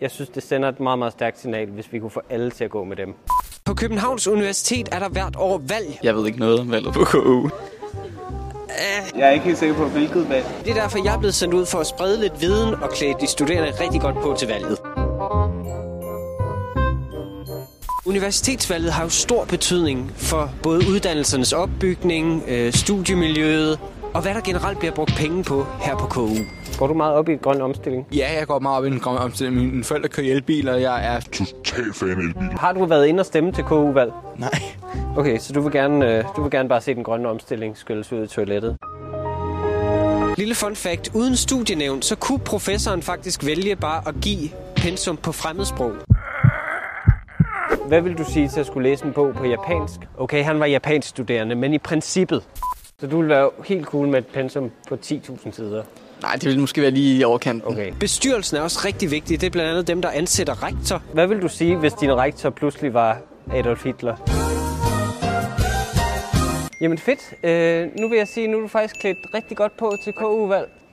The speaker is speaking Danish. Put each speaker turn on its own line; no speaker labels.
Jeg synes, det sender et meget, meget stærkt signal, hvis vi kunne få alle til at gå med dem.
På Københavns Universitet er der hvert år valg.
Jeg ved ikke noget om valget på KU.
Jeg er ikke helt sikker på, hvilket valg.
Det er derfor, jeg er blevet sendt ud for at sprede lidt viden og klæde de studerende rigtig godt på til valget. Universitetsvalget har jo stor betydning for både uddannelsernes opbygning, øh, studiemiljøet og hvad der generelt bliver brugt penge på her på KU.
Går du meget op i grøn omstilling?
Ja, jeg går meget op i den grønne omstilling. Mine forældre kører i elbiler, og jeg er...
Total fan af elbiler.
Har du været inde og stemme til KU-valg?
Nej.
Okay, så du vil, gerne, øh, du vil gerne bare se den grønne omstilling skyldes ud i toilettet.
Lille fun fact, uden studienævn, så kunne professoren faktisk vælge bare at give pensum på fremmedsprog.
Hvad vil du sige til at skulle læse en bog på japansk? Okay, han var japansk studerende, men i princippet. Så du vil være helt cool med et pensum på 10.000 sider.
Nej, det ville måske være lige i overkanten.
Okay.
Bestyrelsen er også rigtig vigtig. Det er blandt andet dem, der ansætter rektor.
Hvad vil du sige, hvis din rektor pludselig var Adolf Hitler? Jamen fedt. Øh, nu vil jeg sige, nu er du faktisk klædt rigtig godt på til KU-valg.